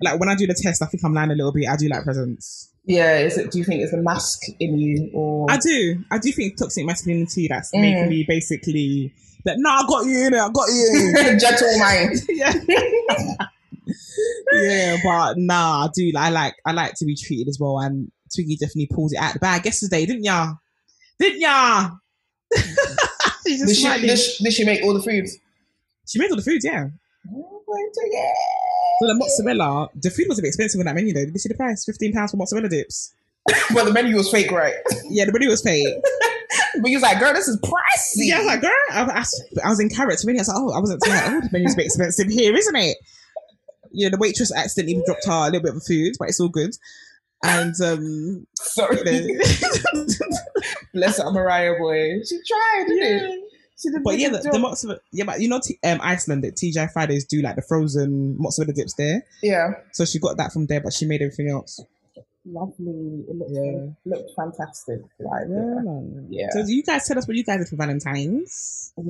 like, when I do the test, I think I'm lying a little bit. I do like presents.
Yeah, is it? Do you think it's a mask in you, or
I do. I do think toxic masculinity that's
Mm.
making me basically that. No, I got you in it. I
<laughs>
got
<laughs>
you. <laughs>
gentle mind?
yeah. yeah, but nah, dude, I like I like to be treated as well, and Twiggy definitely pulled it out the bag yesterday, didn't ya? Didn't ya? <laughs> She's just
Did she,
smiling.
did, she, did she make all the foods? <laughs>
She made all the food, yeah. So the mozzarella, the food was a bit expensive on that menu though. Did you see the price? Fifteen pounds for mozzarella dips.
But the menu was fake, right? <laughs>
Yeah, the menu was paid.
But you was like, girl, this is pricey.
yeah, I was like, girl, I, I, I was in carrots. Really, I was like, oh, I wasn't saying like, oh, the menu's a bit expensive here, isn't it? Yeah, the waitress accidentally dropped her a little bit of food, but it's all good. And um, you
<laughs> sorry,
<laughs> know,
bless her, Mariah boy. She tried, didn't
Yeah.
she? Did
But yeah, the, the mozzarella, yeah, but you know, T- um, Iceland that TJ Fridays do like the frozen mozzarella dips there.
yeah,
So she got that from there, but she made everything else.
lovely. It looked,
Yeah.
looked fantastic. Like, yeah.
man.
Yeah.
So you guys tell us what you guys did for Valentine's.
yeah,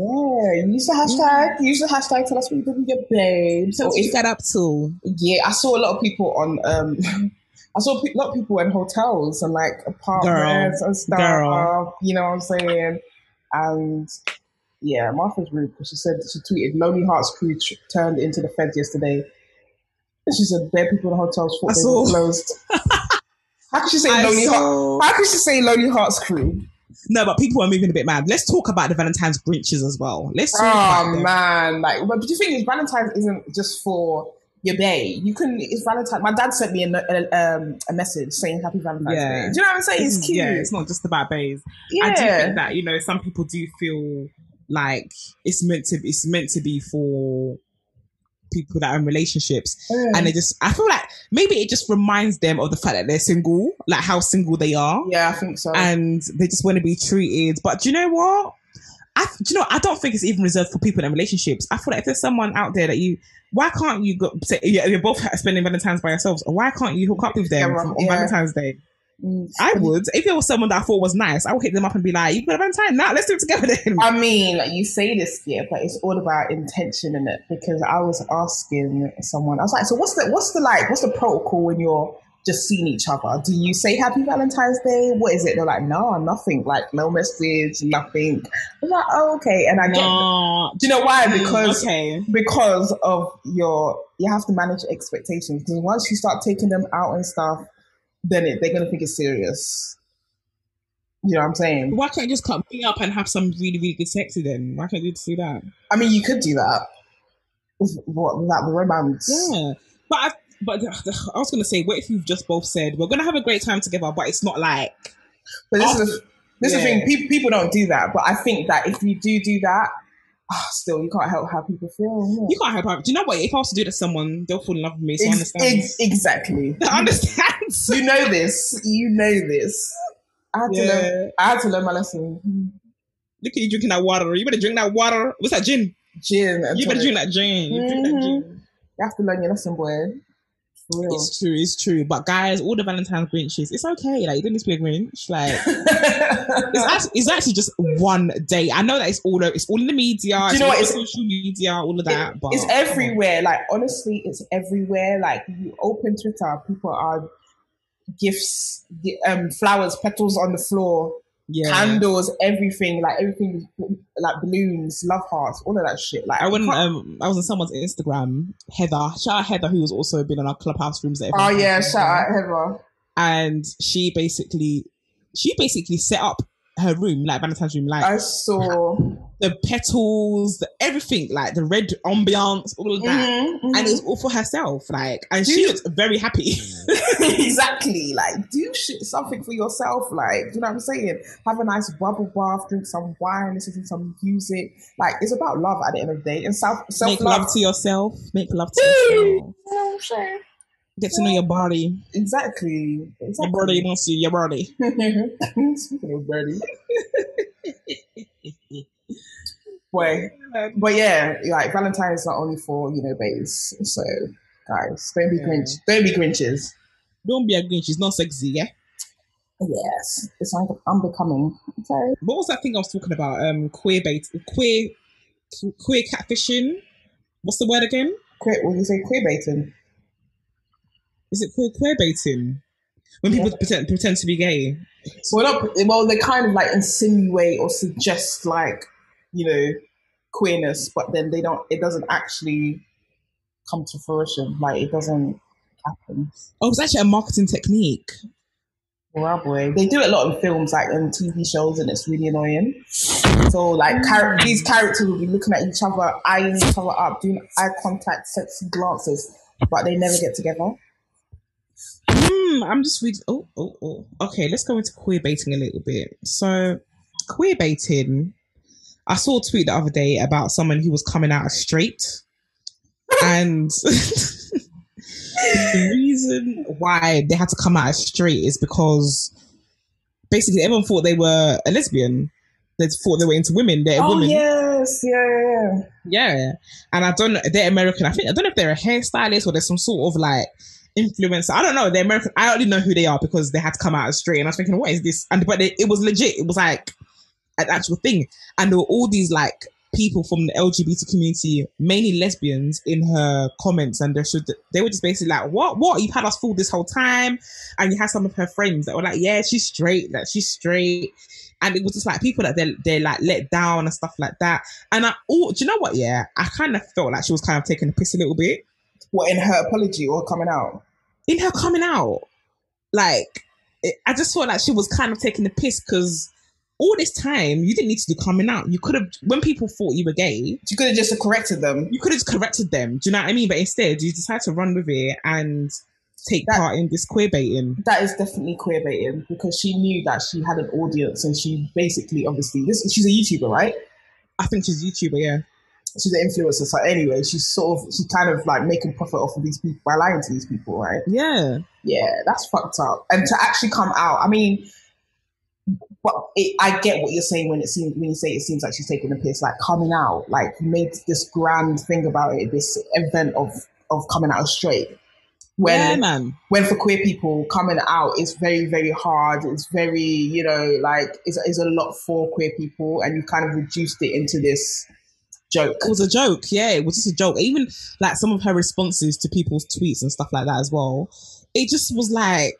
use the hashtag. Use the hashtag. Tell us what you did with your babes.
So
Or
what
if
you got up to?
Yeah, I saw a lot of people on. Um, <laughs> I saw pe- a lot of people in hotels and like apartments and stuff.
girl.
You know what I'm saying? And yeah, Martha's rude because she said she tweeted Lonely Hearts Crew tr- turned into the Fed yesterday. And she said bare people in hotels thought
I
they were
saw. <laughs>
closed. How could she say Lonely Hearts?
saw-
How could she say Lonely Hearts Crew?
No, but people are moving a bit mad. Let's talk about the Valentine's Grinches as well. Let's talk about
Oh
them.
man, like, but do you think is Valentine's isn't just for your day? You can it's Valentine. My dad sent me a, no- a, um, a message saying Happy Valentine's
Yeah.
Day. Do you know what I'm saying? It's
This is-
cute.
Yeah, it's not just about bays.
Yeah.
I do think that you know some people do feel like it's meant to it's meant to be for people that are in relationships
Mm.
and it just I feel like maybe it just reminds them of the fact that they're single, like how single they are,
yeah, I think so.
and they just want to be treated. But do you know what? I, do you know, I don't think it's even reserved for people in relationships. I feel like if there's someone out there that you, why can't you go, say, yeah, you're both spending Valentine's by yourselves, why can't you hook up with them
Yeah, well,
on
yeah.
Valentine's Day?
Mm.
I would. If it was someone that I thought was nice, I would hit them up and be like, you got a Valentine? Now let's do it together then.
<laughs> I mean, like, you say this, yeah, but it's all about intention in it. Because I was asking someone, I was like, so what's the what's the like what's the protocol when you're just seeing each other? Do you say Happy Valentine's Day? What is it? They're like, no, nothing. Like no message, nothing. I'm like, oh, okay, and I get
No.
Do you know why?
Mm-hmm.
Because
okay.
because of your you have to manage expectations. Because once you start taking them out and stuff, then it, they're gonna think it's serious. You know what I'm saying?
Why can't you just cut me up and have some really, really good sex with them? Why can't you just do that?
I mean, you could do that. With what without the romance?
Yeah. But I, but ugh, I was going to say, what if you've just both said, we're going to have a great time together, but it's not like,
But this is the, this is the
Yeah.
thing. People, people don't do that. But I think that if you do do that, ah, still you can't help how people feel. innit?
you can't help out. Do you know what? If I was to do it to someone, they'll fall in love with me. So I
Ex-
understand.
ex- exactly.
<laughs> I understand. <laughs>
you know this. You know this. I had to learn.
Yeah.
I had to learn my lesson.
Look at you drinking that water. You better drink that water. What's that gin?
Gin. and
You better
tonic.
drink that gin. You drink that
Mhm.
gin.
You have to learn your lesson, boy. For real.
It's true, it's true. But guys, all the Valentine's Grinches, it's okay. Like, you don't need to be a Grinch. Like,
<laughs>
it's actually, it's actually just one day. I know that it's all o- it's all in the media,
you
it's
know
all
what?
over
It's-
social media, all of that.
<laughs>
but
it's everywhere. Like honestly, it's everywhere. Like you open Twitter, people are gifts, gi- um, flowers, petals on the floor,
yeah.
candles, everything. Like everything, like balloons, love hearts, all of that shit. Like
I went.
can't-
Um, I was on someone's Instagram. Heather, shout out Heather, who has also been on our clubhouse rooms. That
Oh
everyone
yeah,
comes
shout
from.
out Heather.
And she basically, she basically set up her room like Valentine's room, like
I
<laughs>
saw.
the petals, the, everything, like the red ambiance, all of that.
Mhm,
And it
mhm.
was all for herself, like, and
Do
she
you-
looked very
<laughs>
happy. <laughs>
exactly. Like, do shit, something for yourself. Like, do you know what I'm saying? Have a nice bubble bath, drink some wine, listen to some music. Like, it's about love at the end of the day. And self self
Make love
love.
to yourself. Make love
<laughs>
to yourself.
Oh,
Get to know your body.
Exactly.
Your body
Exactly.
wants you. Your body.
<laughs> Speaking of birdie, <laughs> boy. But yeah, like Valentine's not only for you know babes. So guys, don't be
Yeah.
grinch. Don't be grinches.
Don't be a grinch. It's not sexy. Yeah.
Yes, it's un- unbecoming. Okay.
What was that thing I was talking about? Um, queer bait, queer, queer catfishing. What's the word again?
Quit. What did you say? Queer baiting.
Is it called queer baiting? When people pretend pretend to be gay.
Well, not, well, they kind of like insinuate or suggest like, you know, queerness, but then they don't. It doesn't actually come to fruition. Like it doesn't happen.
Oh, it's actually a marketing technique.
Well, boy, they do it a lot in films, like in TV shows, and it's really annoying. So like, char- these characters will be looking at each other, eyeing each other up, doing eye contact, sexy glances, but they never get together.
Hmm, I'm just reading. Oh, oh, oh. Okay, let's go into queer baiting a little bit. So, queer baiting. I saw a tweet the other day about someone who was coming out as straight, and <laughs> the reason why they had to come out as straight is because basically everyone thought they were a lesbian. They thought they were into women. They're
oh
women.
yes, yeah, yeah, yeah.
Yeah, and I don't know. They're American. I think I don't know if they're a hairstylist or there's some sort of like influencer. I don't know. They're American. I only know who they are because they had to come out as straight. And I was thinking, what is this? And but they, it was legit. It was like an actual thing. And there were all these like people from the LGBT community, mainly lesbians, in her comments, and they should they were just basically like, what, what? You've had us fooled this whole time. And you had some of her friends that were like, yeah, she's straight. That she's straight. And it was just like people that they they like let down and stuff like that. And I, oh, do you know what? Yeah, I kind of felt like she was kind of taking the piss a little bit
What in her apology or coming out?
in her coming out. Like, it, I just felt like she was kind of taking the piss because all this time you didn't need to do coming out. You could have, when people thought you were gay,
She could have just corrected them.
you could have corrected them. Do you know what I mean? But instead, you decide to run with it and take
That-
part in this queer baiting.
That is definitely queer baiting because she knew that she had an audience and she basically, obviously, this she's a YouTuber, right?
I think she's a YouTuber, yeah.
She's an influencer. So anyway, she's sort of she's kind of like making profit off of these people by lying to these people, right?
Yeah.
Yeah, that's fucked up. And to actually come out, I mean, But it, I get what you're saying when it seems when you say it seems like she's taking the piss, like coming out, like you made this grand thing about it, this event of of coming out straight. When
yeah, man.
when for queer people coming out is very very hard. It's very you know like it's, it's a lot for queer people, and you kind of reduced it into this joke.
It was a joke. Yeah, it was just a joke. Even like some of her responses to people's tweets and stuff like that as well. It just was like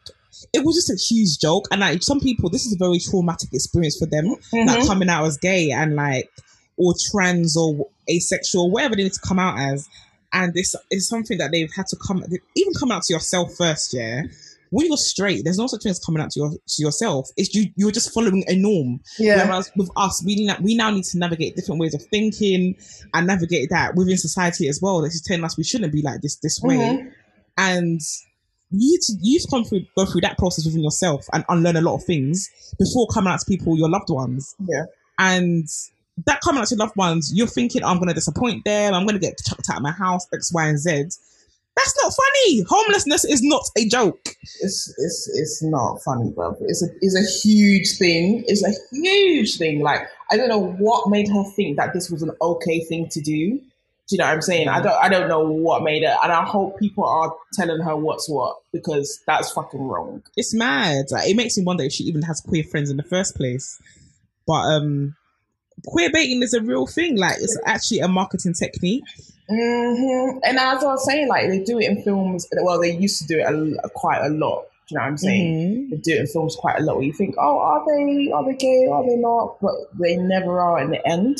it was just a huge joke. And like some people, this is a very traumatic experience for them,
Mhm.
like coming out as gay and like or trans or asexual, whatever they need to come out as. And this is something that they've had to come even come out to yourself first. Yeah, when you're straight, there's no such thing as coming out to, your, to yourself. It's you. You're just following a norm. Whereas with us, we na- we now need to navigate different ways of thinking and navigate that within society as well. That is telling us we shouldn't be like this this way,
Mhm.
and you need to you've come through go through that process within yourself and unlearn a lot of things before coming out to people, your loved ones,
Yeah.
and that coming out to your loved ones, you're thinking I'm going to disappoint them, I'm going to get chucked out of my house, X, Y, and Z. That's not funny. Homelessness is not a joke.
it's it's it's not funny, bruv. It's a it's a huge thing. It's a huge thing. Like I don't know what made her think that this was an okay thing to do. Do you know what I'm saying? I don't I don't know what made her, and I hope people are telling her what's what because that's fucking wrong.
it's mad. Like, it makes me wonder if she even has queer friends in the first place. But um, queer baiting is a real thing. Like it's actually a marketing technique.
hmm And as I was saying, like they do it in films. Well, they used to do it a, quite a lot. Do you know what I'm saying?
Mm-hmm.
they do it in films quite a lot where you think, oh, are they are they gay? Are they not? But they never are in the end.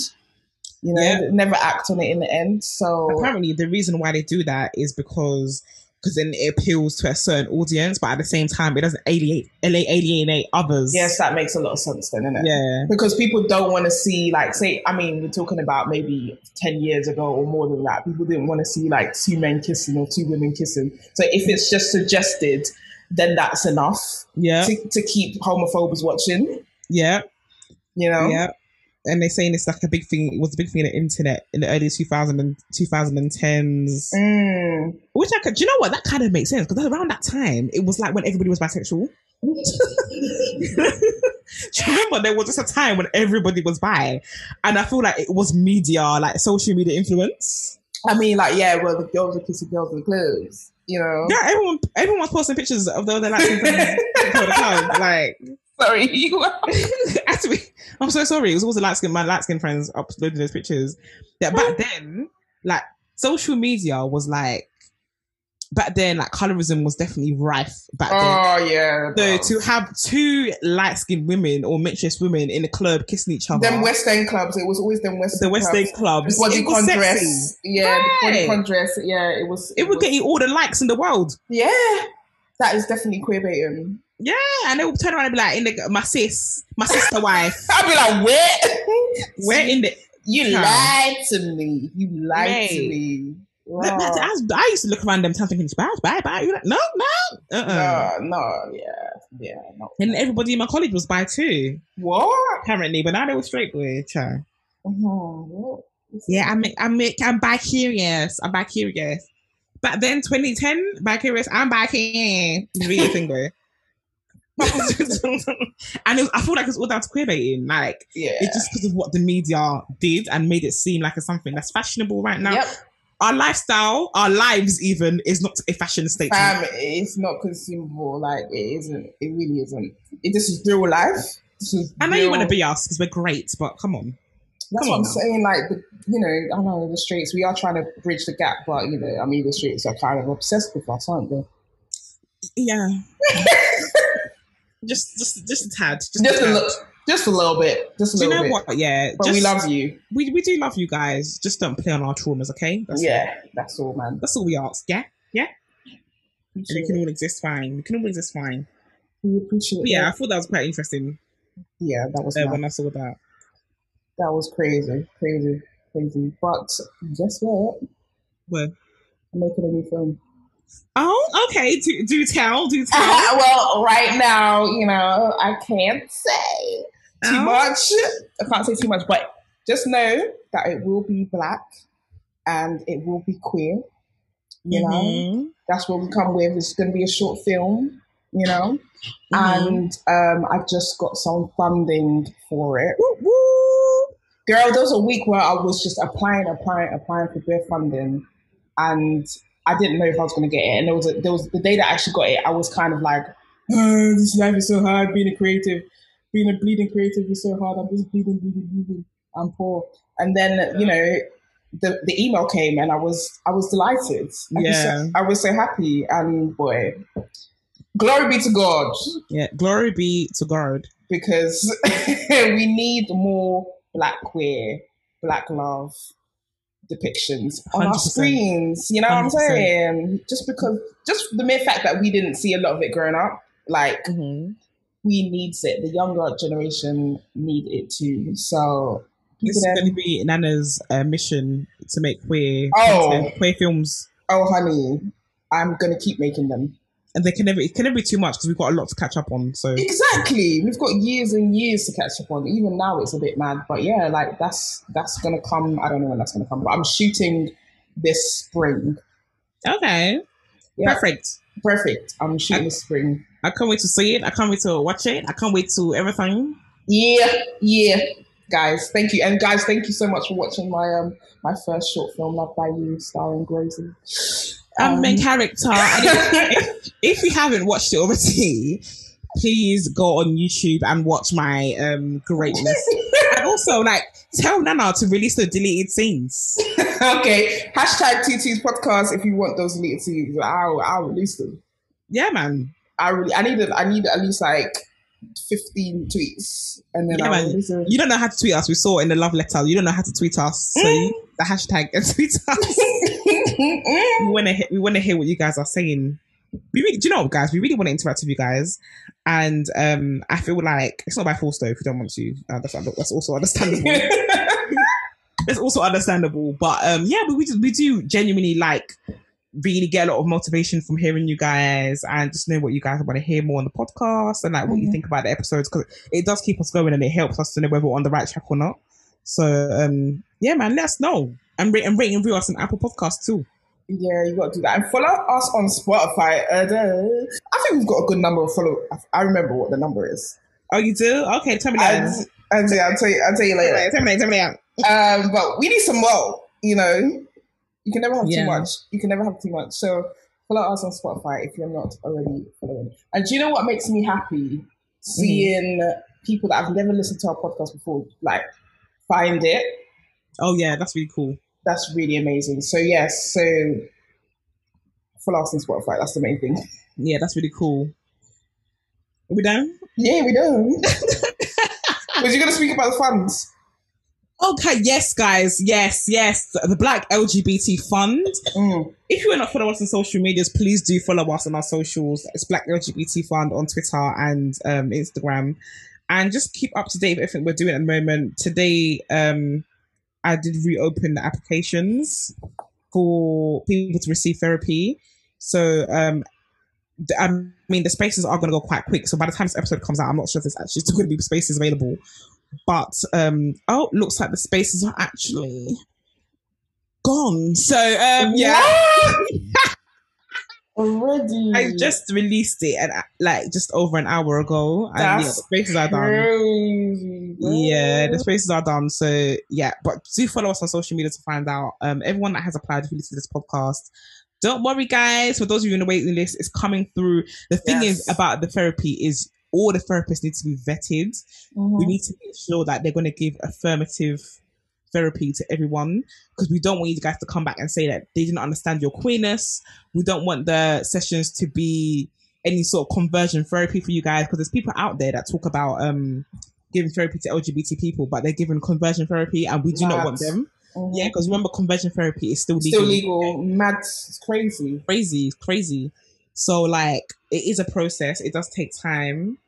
You know,
Yeah.
they never act on it in the end. So
Apparently, the reason why they do that is because because then it appeals to a certain audience, but at the same time, it doesn't alienate alienate others.
yes, that makes a lot of sense then, innit?
Yeah.
Because people don't want to see like say I mean, we're talking about maybe ten years ago or more than that. People didn't want to see like two men kissing or two women kissing. So if it's just suggested, then that's enough
Yeah.
to, to keep homophobes watching,
Yeah.
you know?
Yeah. And they're saying it's like a big thing. It was a big thing in the internet in the early 2000 and 2010s.
Mm.
Which I could, do you know what? That kind of makes sense because around that time, it was like when everybody was bisexual. <laughs> do you remember there was just a time when everybody was bi? And I feel like it was media, like social media influence.
I mean, like, yeah, well, the girls are kissing girls in the clubs, you know?
Yeah, everyone, everyone's posting pictures of their their, like, things on the club. Like,
<laughs>
<laughs>
Sorry, you are.
actually, I'm so sorry. It was always the light skin, my light skin friends uploading those pictures. That back then, like social media was like back then, like colorism was definitely rife back then.
Oh yeah.
So
bro.
to have two light skinned women or mixed women in a club kissing each other,
them West End clubs. It was always them West
the
End
West End
clubs.
clubs,
The body
it was
con
sexy.
dress. Yeah, the body
Right.
con dress. Yeah, it was.
It would
was-
get you all the likes in the world.
Yeah, that is definitely queer baiting.
Yeah, and they would turn around and be like, in the, my sis, my
<laughs>
sister wife,
I'd be like,
<laughs>
what?
we're in the.
You
Yeah.
lied to me. You lied to
Mate.
me.
Like,
Wow.
I, was- I used to look around them times thinking, bye, bye, bye. You're like, no, no. Uh-uh.
No, no, yeah, yeah, no.
And everybody in my college was bi too,
What?
apparently, but now they were straight boy. child.
Mhm, what?
Yeah, I'm I'm I'm bi curious. I'm bi curious. But then 2010, bi curious, I'm bi curious. Really
<laughs>
single. <laughs> and it was, I feel like it's all down to queer baiting. Like
Yeah.
it's just because of what the media did and made it seem like it's something that's fashionable right now.
Yep,
Our lifestyle, our lives, even is not a fashion statement.
fam, it's not consumable. Like it isn't. It really isn't. It, this is real life. This is
I know you
real-
want to be us because we're great, but come on.
That's
Come
what
on
I'm
now.
saying. Like, the, you know, I know the streets. We are trying to bridge the gap, but you know, I mean, the streets are kind of obsessed with us, aren't they?
Yeah. <laughs> just, just, just a tad. Just,
Just a
tad.
little, just a little bit, just a
Do you
little
know
bit.
what? Yeah.
But we
just-
love you.
we, we do love you guys. Just don't play on our traumas, okay? That's,
yeah, that's all, man.
that's all we ask. Yeah, yeah. And we can all exist fine. We can all exist fine.
We appreciate.
But yeah, I thought that was quite interesting
that. yeah, that was
uh,
mad.
when I saw that.
that was crazy, crazy, crazy. But guess what?
Well,
I'm making a new film.
oh, okay. Do, do tell,
<laughs>
do tell.
well, right now, you know, I can't say. too
Oh,
much. I can't say too much, but just know that it will be black and it will be queer. You know,
mhm.
that's what we come with. It's going to be a short film. you know.
Mhm.
And um, I just got some funding for it.
Woo, woo.
Girl, there was a week where I was just applying, applying, applying for beer funding, and I didn't know if I was going to get it. And there was a, there was the day that I actually got it, I was kind of like, oh, "This life is so hard. Being a creative, being a bleeding creative is so hard. I'm just bleeding, bleeding, bleeding. I'm poor." And then you know, the the email came, and I was I was delighted. I was so-
Yeah.
I was so happy, and boy, glory be to God
Yeah, glory be to God.
because <laughs> we need more black queer, black love depictions on our
100%.
screens. You know what I'm
100%.
saying? Just because, just the mere fact that we didn't see a lot of it growing up, like we needs it. The younger generation need it too. So
This is
people
going to be Nana's uh, mission to make queer,
Oh.
content, queer films,
oh honey, I'm gonna keep making them.
and they can never it can never be too much because we've got a lot to catch up on. So
Exactly. We've got years and years to catch up on. Even now, it's a bit mad. But yeah, like that's that's gonna come. I don't know when that's gonna come. But I'm shooting this spring.
okay,
Yeah.
perfect.
Perfect. I'm shooting this spring.
I can't wait to see it. I can't wait to watch it. I can't wait to everything.
Yeah, yeah. Guys, thank you, and guys, thank you so much for watching my um my first short film, Love by You, starring Rosie.
Um, main
Um,
character. And if, if you haven't watched it already, please go on YouTube and watch my um greatness. and also, like, tell Nana to release the deleted scenes.
<laughs> okay. Hashtag TT's podcast if you want those deleted scenes. I'll I'll release them.
Yeah, man.
I really, I needed, I need at least like fifteen tweets, and then
Yeah,
I
man. You don't know how to tweet us. We saw in the love letter. You don't know how to tweet us. So
Mm.
the hashtag <laughs> and tweet us. we want to we want to hear what you guys are saying. We really, do you know, what, guys? We really want to interact with you guys, and um, I feel like it's not by force though. If you don't want to, uh, that's that's also understandable.
<laughs>
that's also understandable. But um, yeah, but we do, we do genuinely like really get a lot of motivation from hearing you guys and just know what you guys want to hear more on the podcast and like what you
Mhm.
think about the episodes because it does keep us going and it helps us to know whether we're on the right track or not. So um, yeah, man, let us know and rate and rate and review us on Apple Podcasts too.
yeah, you got to do that, and follow us on Spotify. Uh, duh. I think we've got a good number of follow. I- I remember what the number is.
Oh, you do? Okay, tell me
And,
that.
and yeah, I'll tell you. I'll tell you later.
Tell me that. Tell me that.
Um, but we need some more. You know, you can never have
Yeah.
too much. You can never have too much. So follow us on Spotify if you're not already following. And do you know what makes me happy? Seeing people that I've never listened to our podcast before, like find it.
Oh yeah, that's really cool.
That's really amazing. So yes, so follow us on Spotify. That's the main thing. <laughs>
Yeah, that's really cool. Are we done?
Yeah, we do. <laughs> Was you gonna speak about the funds?
Okay, yes, guys, yes, yes. The Black LGBT Fund.
Mm.
If you are not following us on social medias, please do follow us on our socials. It's Black LGBT Fund on Twitter and um, Instagram, and just keep up to date with everything we're doing at the moment. Today, um, I did reopen the applications for people to receive therapy. So, um, th- I mean, the spaces are going to go quite quick. So by the time this episode comes out, I'm not sure if there's actually still going to be spaces available. But um, oh, looks like the spaces are actually gone. So um, yeah.
Already.
I just released it and uh, like just over an hour ago. And yeah, the
That's
spaces are done.
crazy. girl.
Yeah, the spaces are done. So yeah, but do follow us on social media to find out. Um, everyone that has applied if you listen to this podcast, don't worry, guys. For those of you in the waiting list, it's coming through. The thing
Yes.
is about the therapy is all the therapists need to be vetted.
Mhm.
We need to make sure that they're going to give affirmative therapy to everyone because we don't want you guys to come back and say that they didn't understand your queerness. We don't want the sessions to be any sort of conversion therapy for you guys because there's people out there that talk about um giving therapy to LGBT people, but they're giving conversion therapy and we do not
Mad.
want them.
Mhm.
Yeah, because remember, conversion therapy is still legal.
Still legal. Mad. It's crazy.
crazy, crazy. So like it is a process. It does take time.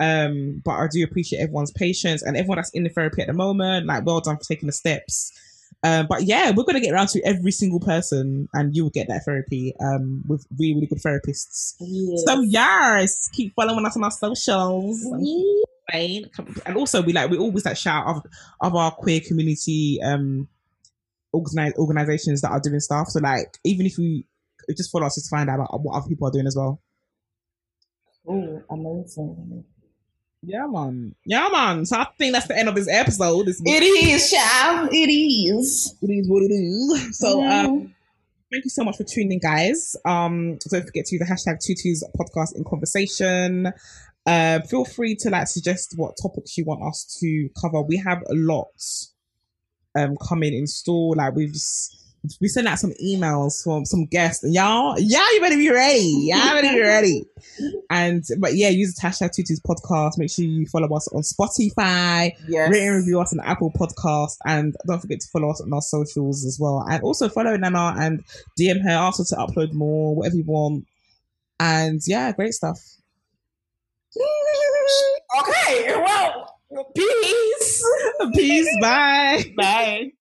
Um, but I do appreciate everyone's patience and everyone that's in the therapy at the moment. Like, well done for taking the steps. Um, but yeah, we're gonna get around to every single person, and you will get that therapy um, with really, really good therapists. So yes, keep following us on our socials. Right. And also, we like we always like shout out of, of our queer community um organize, organizations that are doing stuff. So like, even if you just follow us, just find out about what other people are doing as well.
Oh, amazing.
Yeah, man. Yeah, man. So I think that's the end of this episode. This
It is, child. It is.
it is what it is. So um,
Mhm.
thank you so much for tuning in, guys. Um, don't forget to use the hashtag Tutu's podcast in conversation. Uh, feel free to like suggest what topics you want us to cover. We have a lot um coming in store. Like we've just we sent out some emails from some guests. Y'all, yeah, you better be ready. Yeah, you better be ready. And but yeah, use the hashtag Tutu's podcast. Make sure you follow us on Spotify,
yes.
rate and review us on Apple Podcast, and don't forget to follow us on our socials as well. And also follow Nana and DM her, ask her to upload more, whatever you want. And yeah, great stuff.
Okay, well, peace.
<laughs> Peace, bye.
Bye.